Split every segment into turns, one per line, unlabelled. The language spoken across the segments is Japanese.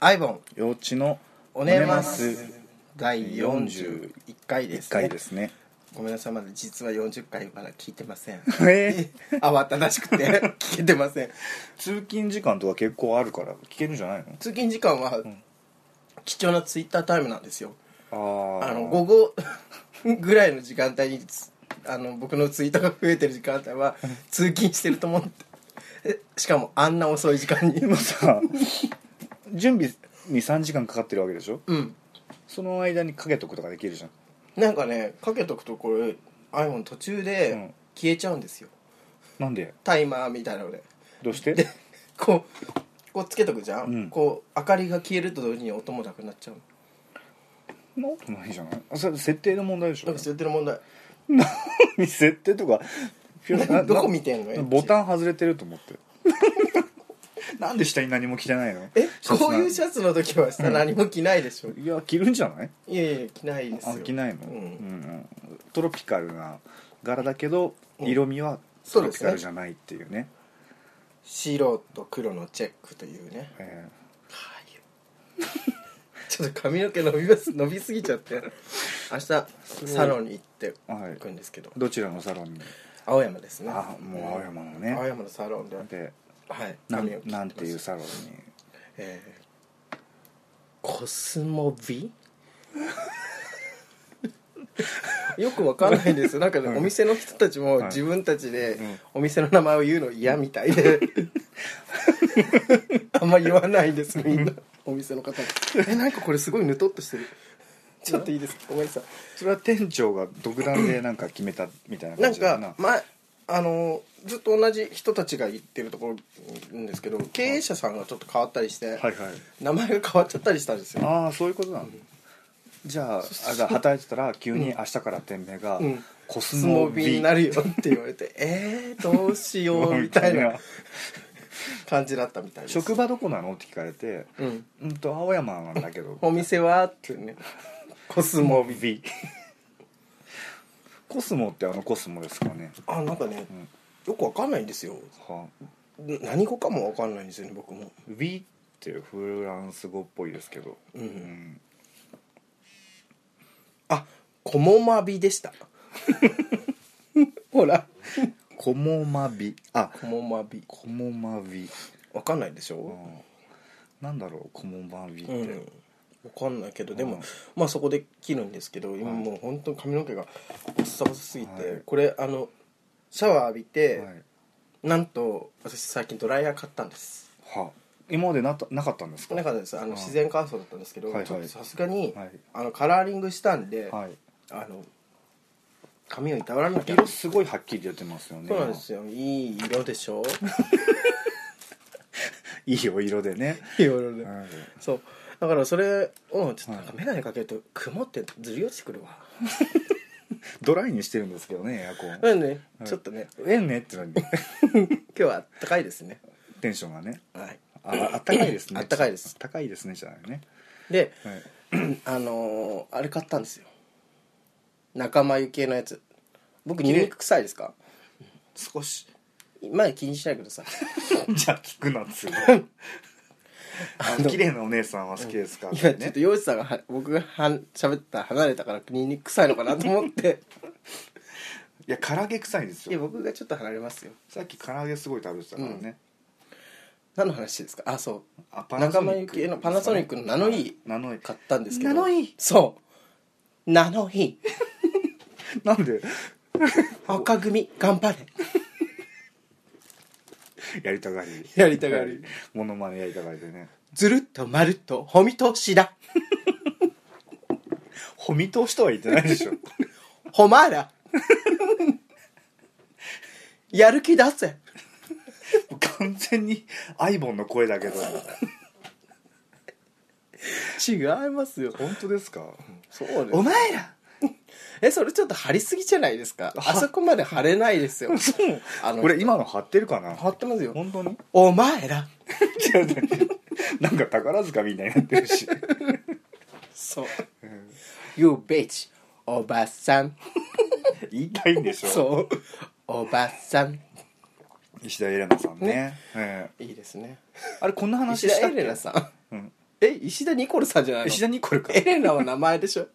アイボン
幼稚の
おねます第41回です、
1回ですね
ごめんなさいまだ実は40回まだ聞いてません
え
慌ただしくて 聞けてません
通勤時間とか結構あるから聞けるんじゃない
通勤時間は貴重なツイッタータイムなんですよ
のあ
あ
あ
の午後 ぐらいの時間帯につあの僕のツイートが増えてる時間帯は通勤してると思ってえしかもあんな遅い時間に
でもさ準備に3時間かかってるわけでしょ
うん
その間にかけとくとかできるじゃん
なんかねかけとくとこれ iPhone 途中
う
で
ん
消えちゃうんですよ、
なんで
タイマーみたいなので
どうして
こうこうつけとくじゃん、
うん
こう明かりが消えると同時に音もなくなっちゃう
そんなことないじゃないあそれ設定の問題でし
な
ょ
んか設定の問題
何 設定とかピュな
どこ見てんの
なボタン外れてると思って なんで下に何も着てないの
え
シャツな
こういうシャツの時はさ何も着ないでしょ、
いや着るんじゃない
いやいや着ないですよ
あ着ないの、
う
うんんうんトロピカルな柄だけど色味は
そ
ト
う
ロ
で
ピ
すね
カルじゃないっていうね
白と黒のチェックというね
え
はい ちょっと髪の毛伸びます伸びすぎちゃって明日サロンに行って
ーはい
行くんですけど
どちらのサロンに
青山ですね
あもう青山の
青
ね
山のサロンで
で
はい
なん
髪を切ってます
なんていうサロンに
えーコスモビ よくわかんないですなんかね、
はい
お店の人たちも
はい
自分たちで
うん
お店の名前を言うの嫌みたいで あんま言わないですみんなお店の方えなんかこれすごいぬとっとしてるちょっといいですかごめんなさい
それは店長が独断でなんか決めたみたいな
な
感
ん
じだ
か前あのずっと同じ人たちが言ってるところなんですけど経営者さんがちょっと変わったりして、
はいはい
名前が変わっちゃったりしたんですよ
ああそういうことなの、じゃああじゃあ働いてたら急に明日から店名が
うん
コス
ス
モ
モ
ビ
ビになるよって言われ てえー、どうしようみたいな感じだったみたいです
職場どこなのって聞かれて
うん、
うんと青山なんだけ ど
お店はってねコスモビ
ビコスモってあのコスモですかね
あなんかね
うん
よくわかんないんですよ
は
ん何語かもわかんないんですよね僕も
ビってフランス語っぽいですけど
うん
ん
あコモマビでした ほら
コモマビあ
コモマビ
コモマビ
わかんないでし
う
ょ、
んなんだろうコモマビって、
うん、わかんないけどでも、
うん
まあそこで切るんですけど今
はい
もう本当に髪の毛がボッサボサすぎて、
はい
これあのシャワー浴びて、
はい
なんと私最近ドライヤー買ったんです
は今までなたなかったんですか
なかったですあの
はい
自然乾燥だったんですけど、
はいはい
ちょっとさすがに、
はい
あのカラーリングしたんで、
はい
あの髪をいたわらなきゃ
色すごいはっきり出てますよね
そうなんですよいい色でしょ
いいお色でね、
いい色
う
で
ん
そうだからそれをちょっとなんか
はい
眼鏡かけると曇ってずり落ちてくるわ
ドライにしてるんですけどねエアコン
なんでね、
はい
ちょっとね
ええねってのに
今日はあったかいですね
テンションがね
はい
ああったかいです ね
あったかいです
あったかいですねじゃないね、
で
はい、
あのーあれ買ったんですよ仲間由紀恵のやつ僕ニンニク臭いですか
少し
前気にしないでください
じゃあ聞くなっつ うのあの綺麗なお姉さんは好きですか
今ちょっと洋一さんがは僕がはん喋った離れたからニンニク臭いのかなと思って
いや唐揚げ臭いんです
いや
よ
僕がちょっと離れますよ
さっき唐揚げすごい食べてたからね、
何の話ですかあそう
あ
仲間由紀恵のパナソニックのナノイー
ナノイ
買ったんですけど
ナノイー
そうナノイー
なんで
赤組頑張れ
やりたがり
やりたがり
モノマネやりたがりでね
ずるっとまるっとほみとしだ
ほみ通しとは言ってない でしょ
ほま らやる気出せ
完全にアイボンの声 だけど
違いますよ
本当ですか
そう
お前ら
えそれちょっと張りすぎじゃないですかあそこまで張れないですよ あの
これ今の張ってるかな
張ってますよ
本当に
お前ら
違う違う なんか宝塚みたいになってるし
そう You bitch おばさん
言いたいんでしょ
そうおばさん
石田エレナさんねええ
いいですね
あれこんな話
石
した
田
っ
エ
け
レナさん
うん
え石田ニコルさんじゃないの
石田ニコルか
エレナは名前でしょ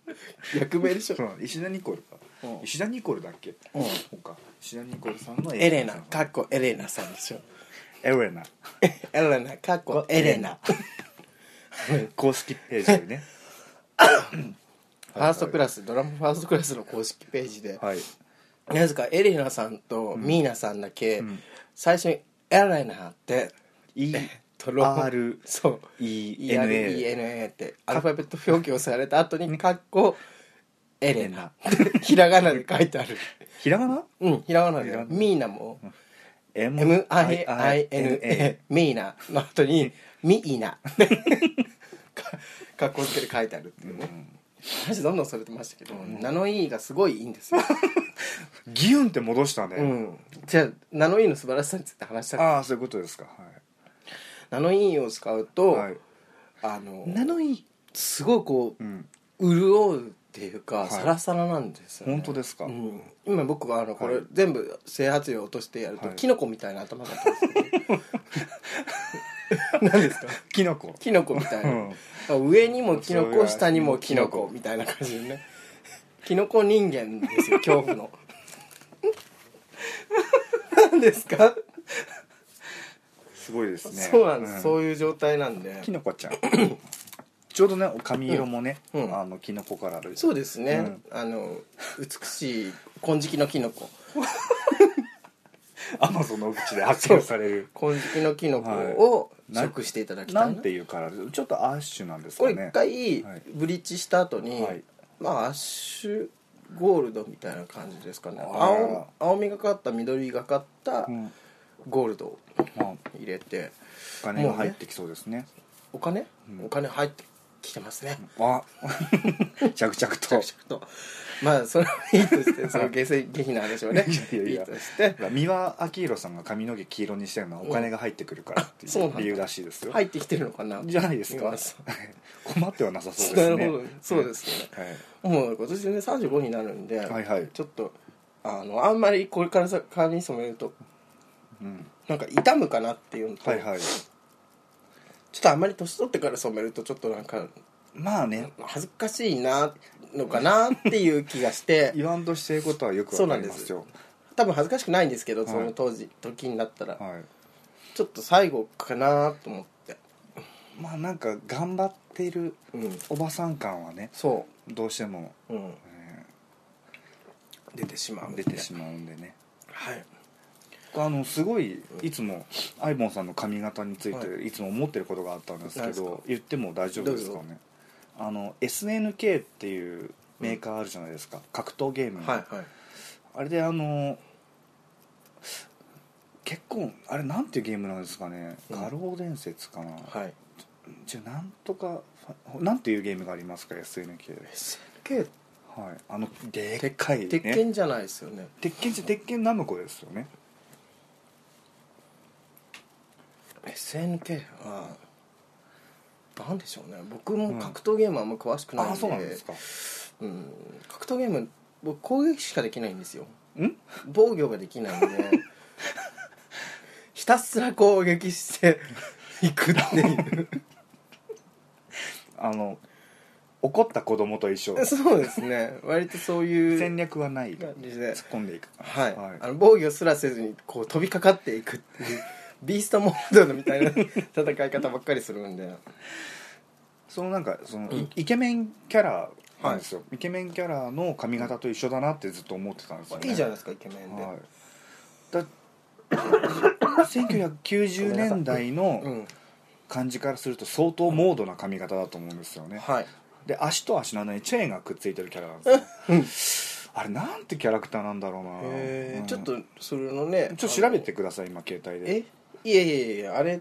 役名でしょ
そう石田ニコルか
うん
石田ニコルだっけ
うん
そうか石田ニコルさんの
エレナ
さん
かっこエレナさんでしょ
エレナ
エレナかっこエレ ナ
公式ページでね
ファーストク
ラ
ラスドラムファーストクラスの公式ページで
はい
なぜかエレナさんとミーナさんだけ
ん
最初にエレナってとロ
ERENA
そう ERENA ってアルファベット表記をされた後にかっこエレナ ひらがなで書いてある
ひらがな
うんひらがな
ひら
で
がな
ミーナも
MIINA
MIINA ミーナの後にミーナ か格好つけて書いてあるっていうね、話どんどんそれてましたけど、ナノイーがすごいいいんですよ、
ギュンって戻した
う
ね
ん、じゃあナノイーの素晴らしさについて話した
ああそういうことですかは
ナノイーを使うと、
いはい
あの
なのに
すごいこう
うん
潤うっていうか、
はい
サラサラなんですよ、ね、
本当ですか
うん、今僕はあのこれ、
はい
全部整髪料落としてやると、
はい
キノコみたいな頭だったんですけど何ですか
キノコ
キノコみたいな、
うん
上にもキノ
そう
コ
や
下にもキノコみたいな感じでねキノコ人間です よ恐怖の何ですか、
すごいですね
そうなんです、
ん
そういう状態なんで
キノコちゃん ちょうどね髪色もね、
うんうん
あのキノコからある
そうですね、あの美しい金色のキノコ
アマゾンの口で発見される
金色のキノコを
はい
食していただきたい
な
なん
ていうカラーちょっとアッシュなんです
こ
か
れ
ね
一回
はい
ブリッジした後に、
はい
まあアッシュゴールドみたいな感じですかね
あー
青青みがかった緑がかった
うん
ゴールドを
まあ、
入れて
お金が入ってきそうですね
お金、
うん
お金入ってきてますね
あ 着々
着々
と
とまあそれはいいと してその下水下品な話はね
いやいやいや
いとして
三輪明宏さんが髪の毛黄色にしてるのはお金が入ってくるからってい
そうなん
う
だ
理由らしいですよ、
入ってきてるのかな
じゃないですか
今そ
困ってはなさそうですね
なるほどそうですね、もう今年でね35になるんで、
はい、はいはい、
ちょっとあのあんまりこれからさ髪染めると
うん、
なんか傷むかなっていうのと、
はいはい
ちょっとあんまり年取ってから染めるとちょっとなんか
まあね
恥ずかしいなのかなっていう気がして
言わんとしてることはよくわかりますよ
多分恥ずかしくないんですけどそ
は
の
い
当時時になったら
はい
ちょっと最後かなと思って
まあなんか頑張っている
うん
おばさん感はね
そ
どうしても、
う、うん、
え
出てしまう
ー出てしまうんでね
はい
あのすごいいつもアイボンさんの髪型につい
は
ていつも思ってることがあったんですけど、
何ですか
言っても大丈夫ですか
ど
ねあの SNK っていうメーカーあるじゃないですか、格闘ゲームの、
はいはい
あれであの結構あれなんていうゲームなんですかね「
うん
画廊伝説」かな、
はい
じゃあなんとかなんていうゲームがありますか SNK で
SNK
はいあのでっかいね
鉄拳じゃないですよね
鉄拳じゃ鉄拳ナムコですよね
SNK はなんでしょうね僕も格闘ゲームあんま詳しくないんで、
ああそうなんですか
うん格闘ゲーム僕攻撃しかできないんですよ
ん
防御ができないんでひたすら攻撃していくって いう
あの怒った子供と一緒
そうですね割とそういう
戦略はない突
感
っ
じで
込んでいく感じ
はい、
はい
あの防御すらせずにこう飛びかかっていくっていう ビーストモードみたいな 戦い方ばっかりするんで
そのなんかその、
うん
イケメンキャラなんですよ、イケメンキャラの髪型と一緒だなってずっと思ってたんですよ、ね、
いいじゃないですかイケメンで、
はい、だ 1990年代
う
の
ん
感じからすると相当モードな髪型だと思うんですよね、
はい
で足と足の間にチェーンがくっついてるキャラなんですよあれなんてキャラクターなんだろうな、
えー
うん
ちょっとそれのね
ちょっと調べて
あ
ください今携帯
の
で
えいやいやいやあれ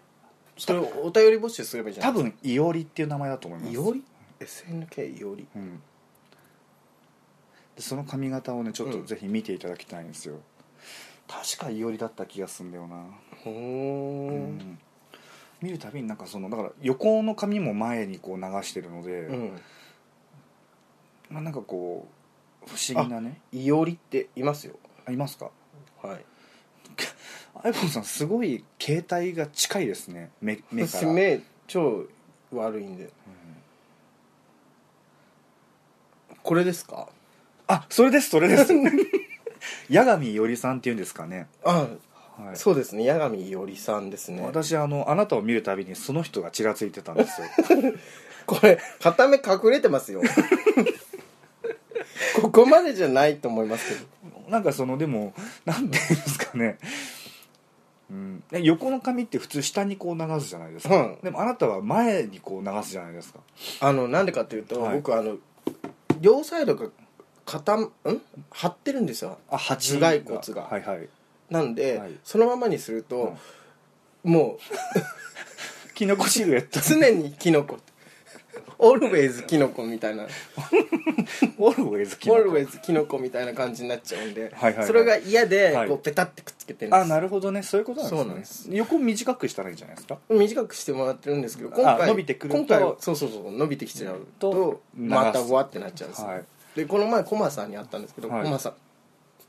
それお便り募集すればいいじゃな
多
い
分いおりっていう名前だと思います
いおり SNK いおり
うんでその髪型をねちょっ
う
と
ん
ぜひ見ていただきたいんですよ、確かいおりだった気がすんだよな
ほー
うんん見るたびになんかそのだから横の髪も前にこう流してるので、
うん
まあ、なんかこう不思議なね
いおりっていますよ
あいますか
はい
アイボンさんすごい携帯が近いですね目目から
目超悪いんでこれですか
あそれですそれです 八神よりさんっていうんですかね、
あ
はい、
そうですね八神よりさんですね
私あのあなたを見るたびにその人がちらついてたん ですよ
これ片目隠れてます よここまでじゃないと思いますけど
なんかそのでもなんていうんですかね、うん、ね横の髪って普通下にこう流すじゃないですか、
うん
でもあなたは前にこう流すじゃないですか
あのなんでかっていうと、
はい
僕あの両サイドが固んん張ってるんですよ
あ鉢
頭蓋骨が
はいはい
なんで、
はい
そのままにすると、もう
キノコシルエット
常にキノコ always キノコみたいな
オルウェイズキノコ
always キノコみたいな感じになっちゃうんで
はいはいはい
それが嫌で、
はい
こうペタってくっつけてるんです
あなるほどねそういうことなんですね
そうなんです
横短くしたらいいんじゃないですか
短くしてもらってるんですけど今
あ
回
伸びてくると
今回そうそうそう伸びてきちゃうと
と
また
流す
ふわってなっちゃうんですよ、
はい
でこの前コマさんに会ったんですけど、
はい
コマさ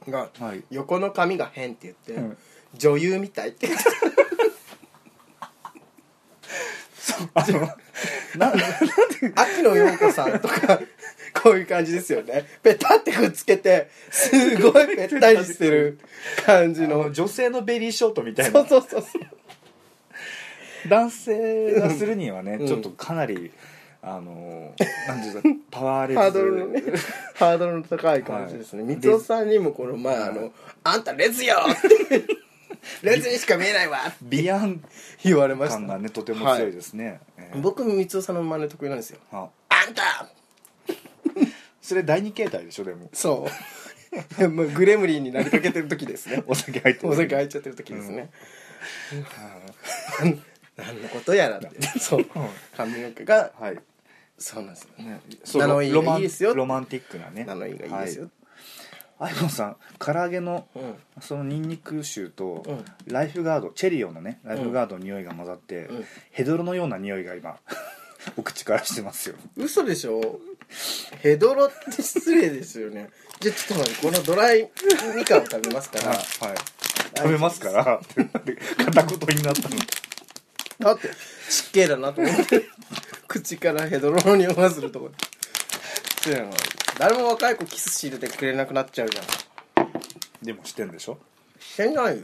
んが
はい
「横の髪が変」って言って、
うん
女優みたい」って言って
あのな
秋野陽子さんとか こういう感じですよねペタってくっつけてすごいぺったりしてる感じ の
女性のベリーショートみたい
そう
な
そうそうそう
男性がするにはね、
うん
ちょっとかなりあ のなんていうんですかパワーレ
ハー
ス
ドルのね ハードルの高い感じですね、
はい
光雄さんにもこの前あの「あんたレズ よ!」って「レズにしか見えないわ!」って
ビアン
言われまし
感
た
がねとても強いですね、えー
僕光雄さんの真似得意なんですよ
あ
「あんた!
それ第二形態でしょで も」
そう もうグレムリンになりかけてる時ですね
お酒入って
お酒開いちゃってる時ですね、 何のことやらってそう髪の毛が
はい、
そうなんですよ
ね、
ナノイー
ロマ
が
ン
いいですよ
ロマンティックなね
ナノイーがいいですよ、
はい、アイボンさん唐揚げの
うん
そのニンニク臭と
うん
ライフガードチェリオのねライフガードの匂いが混ざって、
うん
ヘドロのような匂いが今 お口からしてますよ
嘘でしょヘドロって失礼ですよねじゃあちょっと待ってこのドライみかんを食べますか
はい
ら
食べますからってなんで片言になったの
だって失敬だなと思って口からヘドロの匂いがするとこそうやな誰も若い子キスし入れてくれなくなっちゃうじゃん
でもしてんでしょ
してないよ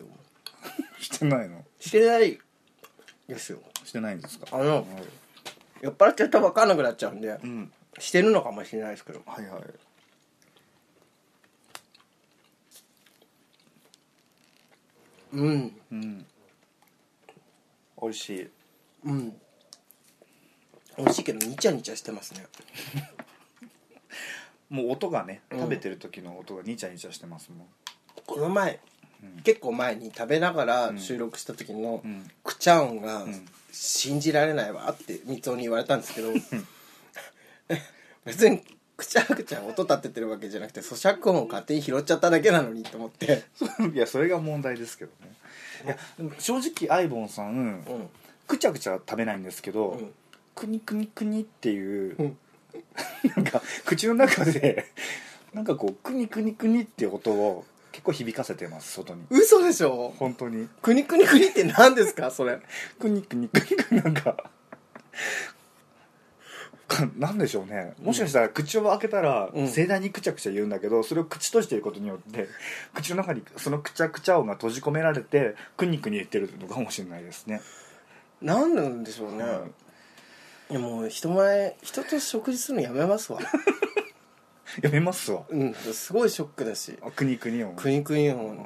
してないの
してないですよ
してないんですか
あの酔っ払っちゃったら分かんなくなっちゃうんで
うん
してるのかもしれないですけど
はいはい
うん
うん美味しい
うん美味しいけどニチャニチャしてますね
もう音がね食べてる時の音がニチャニチャしてますもん、
この前、結構前に食べながら収録した時の
ん
くちゃ音が
ん
「信じられないわ」って三つおに言われたんですけど 別にくちゃくちゃ音立ててるわけじゃなくて咀嚼音を勝手に拾っちゃっただけなのにと思って
いやそれが問題ですけどねいやでも正直アイボンさん、
うん
くちゃくちゃ食べないんですけど、
うん
くにくにくにっていう、
うん
なんか口の中で なんかこうくにくにくにっていう音を結構響かせてます外に
嘘でしょ
本当に
くにくにくにって何ですかそれ
くにくにくにくになんか かなんでしょうねもしかしたら口を開けたら
うん
盛大にくちゃくちゃ言うんだけど、それを口として言うことによって口の中にそのくちゃくちゃ音が閉じ込められてくにくに言ってるのかもしれないですね
何なんでしょうね、
うん
いやもう人前人と食事するのやめますわ
やめますわ
うんすごいショックだし
あくにくに音
クニクニ
う
音
ん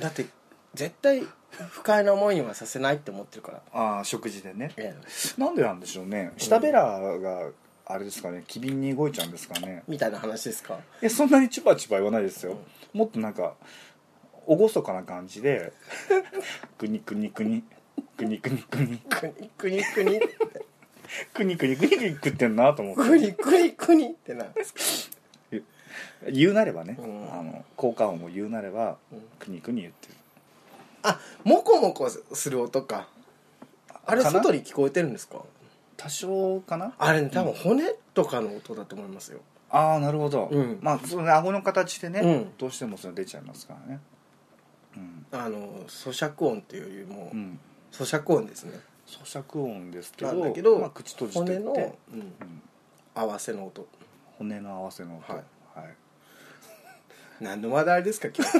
だって絶対不快な思いにはさせないって思ってるから
ああ食事でね
ええ
なんでなんでしょうね舌べらがあれですかね機敏に動いちゃうんですかね
みたいな話ですか
いやそんなにチュパチュパ言わないですよもっとなんか厳かな感じで 「くにくにくにくにくにくに
クニクニクニ
くにくにくにくに食ってんな」と思って
クニクニクニってなんですか
言うなればね、
うん
あの効果音を言うなれば「くにくに」言ってる
あモコモコする音かあれ
かな
外に聞こえてるんですか
多少かな
あれね多分骨とかの音だと思いますよ
ああなるほど、
うん
まあそのね顎の形でね、
うん
どうしてもそれ出ちゃいますからねうん
あの咀嚼音っていうよりも
うん
咀嚼音ですね
咀嚼音ですけ
な
ど
んだけど、
まあ、口閉じて
骨
て
の、うん
うん
合わせの音
骨の合わせの音
はい
はい
何の話題ですか今日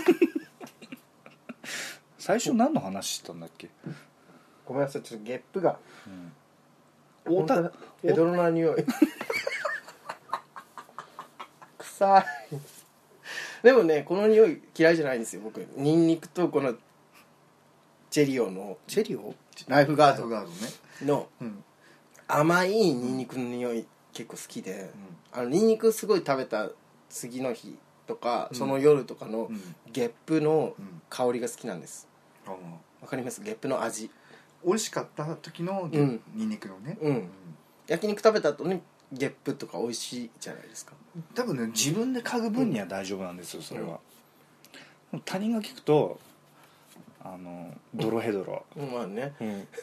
最初何の話したんだっけ、
ごめんなさいちょっとゲップが
太田
本当だヘドロな匂い 臭いでもねこの匂い嫌いじゃないんですよ僕ニンニクとこのチェリオのチェリオナイフガ
ガード
ー
ガードね
ドの
うん
甘いニンニクの匂い結構好きで、あのニンニクすごい食べた次の日とか、
うん
その夜とかの
うん
ゲップの
うん
香りが好きなんです
あの
わかりますゲップの味
美味しかった時の
うん
ニンニクのね
うん焼肉食べた後にゲップとか美味しいじゃないですか
多分ね
自分で嗅ぐ分には大丈夫なんですよそれは、でも他人が聞くとあのドロヘドロ、
うんまあね
うん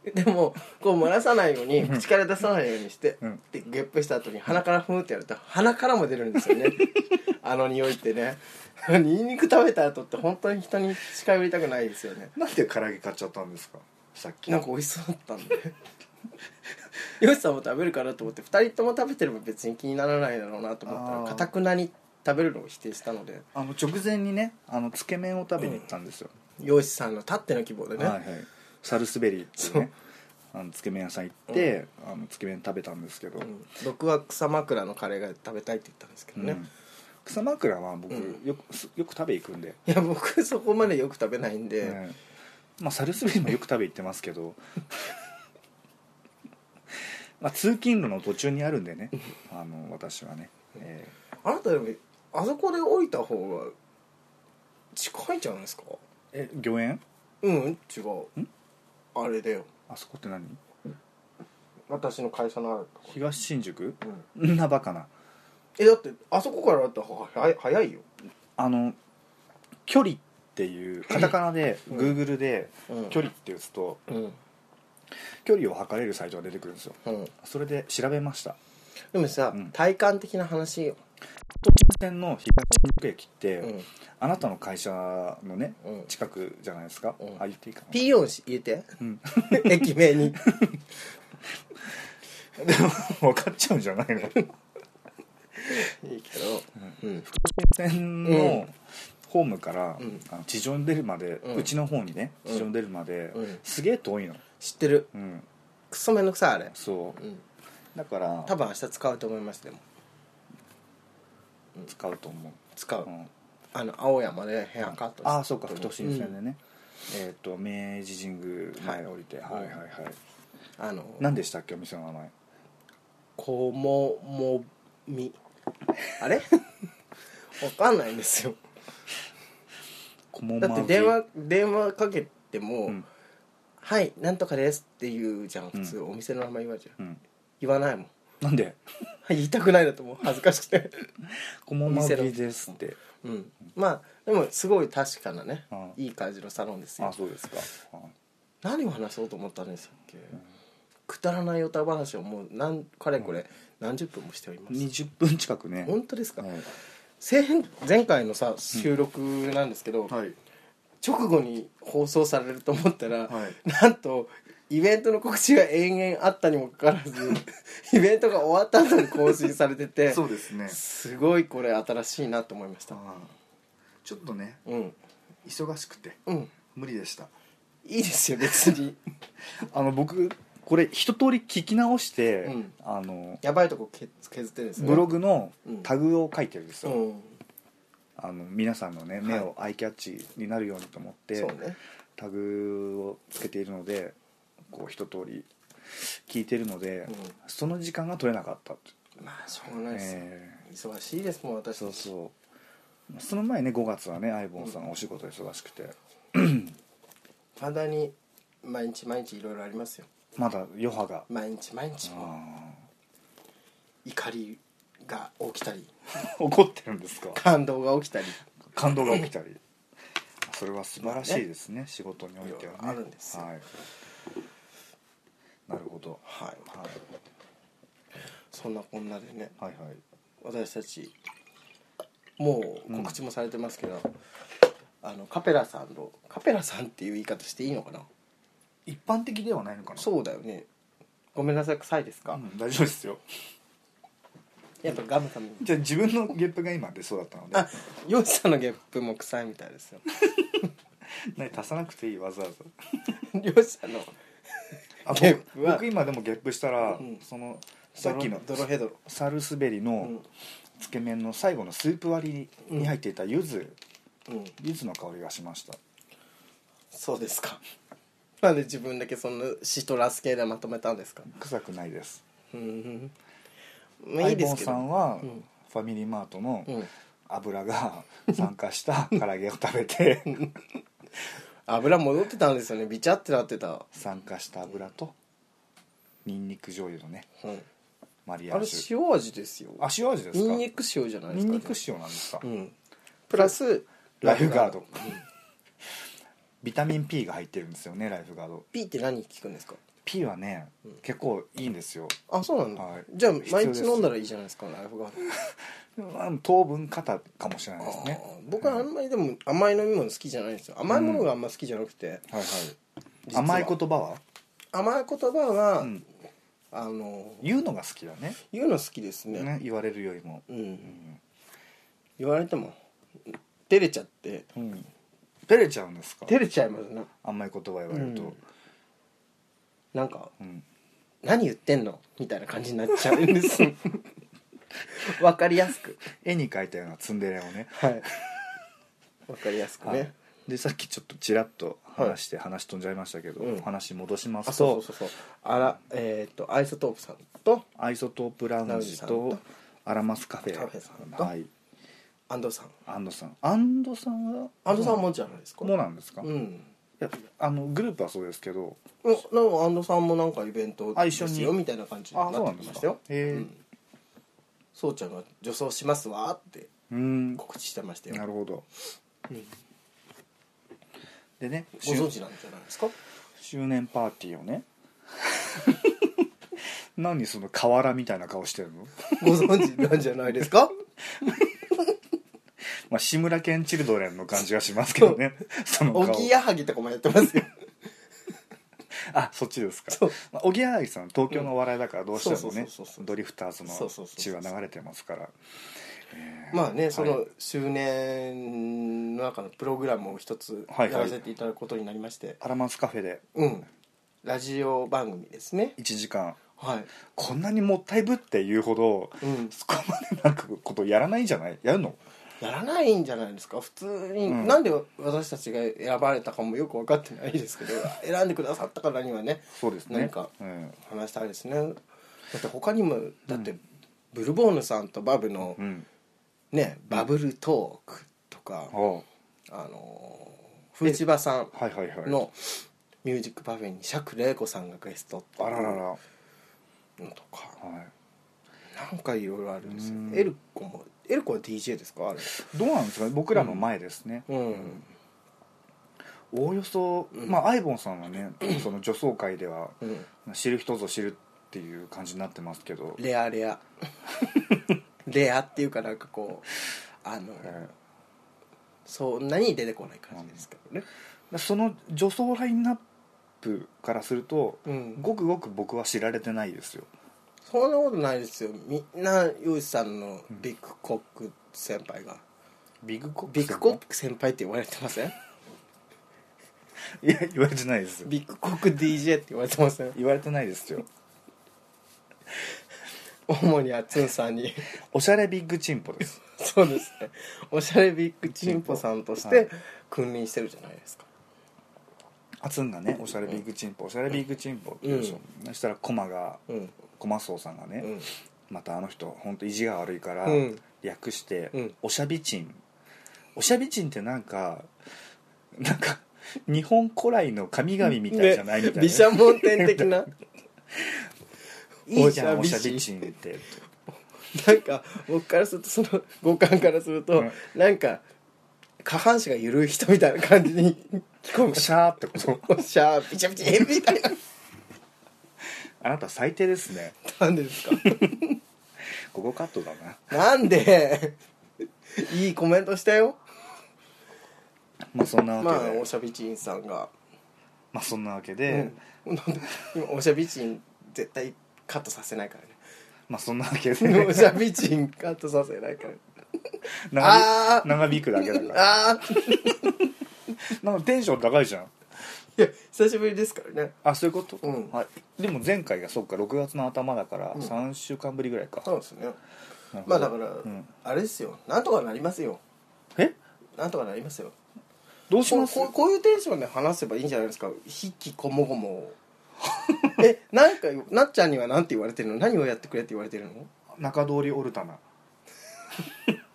でもこう漏らさないように口から出さないようにして、
うん
でゲップした後に鼻からふーってやると鼻からも出るんですよ ねあの匂いってね ニンニク食べた後って本当に人に近寄りたくないですよね
なんで唐揚げ買っちゃったんですかさっき
なんか美味しそうだったん でよしさんも食べるかなと思って2人とも食べてれば別に気にならないだろうなと思ったら
あー
かたくなに食べるのを否定したので
あの直前にねあのつけ麺を食べに行ったんですよ、
漁師さんのたっての希望でね、
はいはいサルスベリーっていうねあのつけ麺屋さん行って、あのつけ麺食べたんですけど、
うん僕は草枕のカレーが食べたいって言ったんですけどね、
うん草枕は僕
う
よく,す、よく食べ行くんで、
いや僕そこまでよく食べないんで、
ねまあサルスベリーもよく食べ行ってますけど まあ通勤路の途中にあるんでねあの私はね、え
あなたでもあそこで降りた方が近いんじゃないですか
ーえ御苑
うん違うあれだよ
あそこって何
私の会社のあるとこ
東新宿
うん
んなバカな
えだってあそこからだったらは早い早いよ、
あの距離っていうカタカナで
うん
グーグルで
うん
距離って打つと
うん
距離を測れるサイトが出てくるんですよ
うん、
それで調べました
でもさ、
うん
体感的な話よ、
線の東新宿駅って、
うん
あなたの会社のね
うん、
近くじゃないですか、
うん
あ言っていいかな
ピーヨン入れて、
うん
駅名 に
分かっちゃうんじゃないの東
いいけど、うん
線
うん
のホームから、
うん
あの地上に出るまで、
う
うんちの方にね
うん
地上に出るまで、
うん
すげえ遠いの
知ってる
うん
クソめんどくさいあれ、
そう
うん、
だから
多分明日使うと思いますでも
使うと思
使う、
う、うん
あの青山でヘアカット
ああそうか副都
都
心線でね、えっ、と明治神宮前降りて、
はい
はい、はいはい
あの
何でしたっけお店の名前
こももみあれわかんないんですよ
こも
だ
ま
っ
ぶ
て電話電話かけても「
うん
はいなんとかです」って言うじゃん普通、お店の名前言われちゃう
うん
言わないもん
なんで
言いたくないなと思う恥ずかしくて
こもまぶですって
うんまあでもすごい確かなね、
うん
いい感じのサロンです
あ
よ
そうですかあ
何を話そうと思ったんですっけ、くだらないおた話をもうなんかれこれ何十分もしております、
20分近くね
本当ですか、
はい
先前回のさ収録なんですけど、
はい
直後に放送されると思ったら、
はい
なんとイベントの告知が延々あったにもかかわらずイベントが終わった後に更新されてて
そうですね
すごいこれ新しいなと思いました
あーちょっとね
うん
忙しくて
うん
無理でした
いいですよ別に
あの僕これ一通り聞き直して、
うん
あの
やばいとこけ削ってるんですよね
ブログの
うん
タグを書いてるんです
う
よ、
ん
あの皆さんのね目をアイキャッチになるようにと思って、
そうね
タグをつけているのでこう一通り聞いてるので、
うん
その時間が取れなかったって
まあしょうがないですよ、
え
忙しいですもん
ー
私
そうそうその前ね5月はねアイボンさんお仕事忙しくて、
まだに毎日毎日いろいろありますよ
まだ余波が、
毎日毎日もう
あ
怒りが起きたり
ー怒ってるんですか
感動が起きたり
感動が起きたりそれは素晴らしいですね仕事においては
いろ
ね
いろあるんですよ
はい、なるほど、
はい
はい、
そんなこんなでね
はいはい
私たちもう告知もされてますけど、あのカペラさんのカペラさんっていう言い方していいのかな
一般的ではないのかなう、
そうだよねごめんなさい臭いですか、
ん、大丈夫ですよ
やっぱガム噛む
じゃあ自分のゲップが今出そうだったので
あヨシさんのゲップも臭いみたい ですよ
ね足さなくていいわざわざ
ヨシさんの
あ
ゲッ
僕
プは
僕今でもゲップしたら、
うん
そのさっきの
ドロドロヘドロ
サルスベリ
う
の
ん
つけ麺の最後のスープ割りに入っていた柚子
うん
柚子の香りがしました
そうですかなんで自分だけそのシトラス系でまとめたんですか
臭くないです
うんまあい
相
いです
棒
け
さ
ど
んは
うん
ファミリーマートの
うん
油 が酸化した唐揚げを食べて
油戻ってたんですよねビチャってなってた、
酸化した油とニンニク醤油のね
うん
マリア
あれ
ージュ
塩味ですよ
あ塩味ですか
ニンニク塩じゃないで
ニ
す
ン
か
ニク塩なんですか、
うんプラス
ライフガードビタミン P が入ってるんですよねライフガード
P って何聞くんですか
P はね、
うん
結構いいんですよ
あそうなんだ、
はい
じゃあ
必要
毎
で
日
す
飲んだらいいじゃないですかライフガー
あの糖分過多かもしれない
ド、
ですね
あー僕はあんまりでも甘い飲み物好きじゃないんですよ甘いものがあんま好きじゃなくて、
はいは
実
い
は
甘い言葉は、
甘い言葉は、
うん
あの
言うのが好きだね
言うの好きですね
ね言われるよりも、
う
うんん
言われても照れちゃって
うん、照れちゃうんですか
照れちゃいますね
甘い言葉言われると、
なんか
うん
何言ってんのみたいな感じになっちゃうんです わかりやすく
絵に描いたようなツンデレをね
はいわかりやすくね、
はいでさっきちょっとちらっと話して話飛んじゃいましたけど、
うん
話戻しま
あ
す
そうそう
と
そうそうあらえーっとアイソトープさんと
アイソトープラウンジ
ラウンジさんと
とアラマスカフェ
カフェさんと
はい
安藤さん
安藤さん安藤さんは
安藤さんもじゃないですか
もうなんですか、
う
い
ん
やあのグループはそうですけど
おなんか安藤さんもなんかイベント
あ
で
一緒に
すよみたいな感じになってきましたよ
あそうなんですかへえ
んそうちゃんが「女装しますわ」って
うん
告知してましたよ
なるほど、
うん
でね
ご存知なんじゃないですか
周年パーティーをね 何その瓦みたいな顔してるの、
ご存知なんじゃないですか
まあ、志村けんチルドレンの感じがしますけどねその
お
顔
ぎやはぎとかもやってますよ
あそっちですか
そう
まあおぎやはぎさん東京のお笑いだからどうして
そう
も
そう
ね
そうそう
ドリフターズ
そうそう
の
そう
血は流れてますから
まあねそ
は
の
い
周年の中のプログラムを一つ
はい
や
はい
らせていただくことになりまして
アラマンスカフェで
うんラジオ番組ですね
1時間
はい
こんなにもったいぶっていうほど
うん
そこまでなんかことやらないんじゃないやるの
やらないんじゃないですか普通に、
うん
なんで私たちが選ばれたかもよく分かってないですけど選んでくださったからにはね
そうですね
なんか
うん
話したいですねだって他にもだって、ブルボーヌさんとバブの
うん
ね、バブルトークとか、
あ
あの風千葉さん
あはいはいはい
のミュージックパフェに釈玲子さんがゲストってい
あららら
う
は
のとか
い
なんかいろいろあるんですよ
うん
エルコもエルコは DJ ですかあれ
どうなんですかね僕らの前ですね
うん
おおよそ
うん
まあアイボンさんは ねその女装界では
うん
知る人ぞ知るっていう感じになってますけど
レアレ アレアっていうかなんかこうあの
えー
そんなに出てこない感じですけどね
その女装ラインナップからすると、
うん
ごくごく僕は知られてないですよ
そんなことないですよみんな洋一さんのビッグコック先輩が
ビッグコッ
ビッグコック先輩って言われてま せん
いや言われてないです
ビッグコック DJ って言われてません
言われてないですよ
主にあつんさんに
おしゃれビッグチンポです
そうですねおしゃれビッグチンポさんとし
は
て
い
君臨してるじゃないですか
あつんがねおしゃれビッグチンポおしゃれビッグチンポって言うでしょ、そしたらコマが
うん
コマソウさんがね、
うん
またあの人本当意地が悪いから、
うん
略して、
うん
おしゃびちんおしゃびちんってなんかなんか日本古来の神々みたいじゃないみたいな、
毘沙門天的ない
いじゃん
お
お
し
し
ゃ
ゃ
びち
びちんって
なんか僕からするとその五感からすると、
うん
なんか下半身が緩い人みたいな感じに聞こえま
シ
す
ャーってこと
おしゃーびちゃびちゃみたいな
あなた最低ですね
なんでですか
ここカットだな、
なんでいいコメントしたよ
まあ、そんなわけ
まあ
で、
おしゃびちんさんが
まあそんなわけで、
うん、今おしゃびちん絶対カットさせないからね
まあそんなわけ で
おしゃびちんカットさせない から
長
あー
長引くだけ だから
あー
なんかテンション高いじゃん
いや久しぶりですからね
あそういうこと、
うん
はい、でも前回がそうか6月の頭だから3週間ぶりぐらいか、
そうですね
なるほど
まあだから、
ん
あれですよなんとかなりますよ
え
なんとかなりますよ
どうし
こう
ます
こうこういうテンションで話せばいいんじゃないですか筆記こもごも をえなんかなっちゃんには何て言われてるの何をやってくれって言われてるの
中通りオルタナ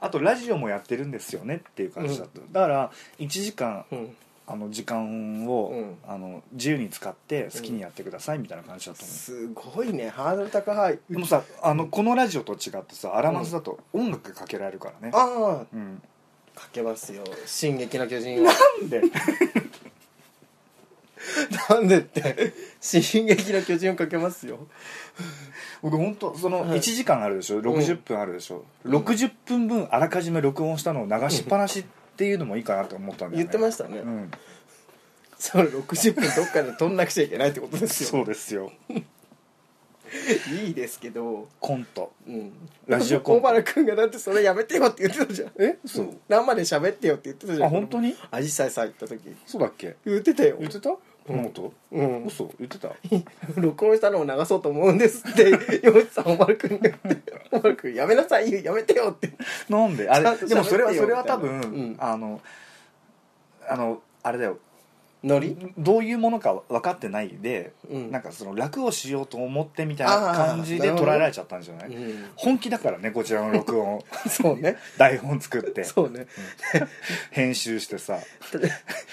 あとラジオもやってるんですよねっていう感じだった、だから1時間
うん
あの時間を、
うん
あの自由に使って好きにやってくださいみたいな感じだと思う、
すごいねハードル高い
でもさあのこのラジオと違ってさアラマスだと音楽かけられるからね、
ああ
うん、
かけますよ「進撃の巨人」は
で
なんでって「進撃の巨人」をかけますよ
僕本当その
はい
1時間あるでしょ、60分あるでしょ、60分分あらかじめ録音したのを流しっぱなしっていうのもいいかなと思ったんだよね
言ってましたね、
うん、
その60分どっかで撮んなくちゃいけないってことですよ
そうですよ
いいですけど
コント
うん
ラジオコン
小
ト
原君がだってそれやめてよって言ってたじゃんえ
そう
生で喋ってよって言ってたじゃん
あ本当に
アジサイさ行った時
そうだっけ
言ってたよ
言ってた熊本
うん
嘘言ってた
録音したのを流そうと思うんですって洋一さん小丸くんが言って小丸くんやめなさいやめてよって
なんであ
ちゃん
れ
と
でもそれは
喋ってよ
それは多
み
分、
たいなうん
あのあのあれだよ
ノリ
どういうものか分かってないで、
うん
なんかその楽をしようと思ってみたいな感じで
あーなるほ
捉
ど
えられちゃったんじゃない、
うん
本気だからねこちらの録音
そうね
台本作って
そうね
編集してさ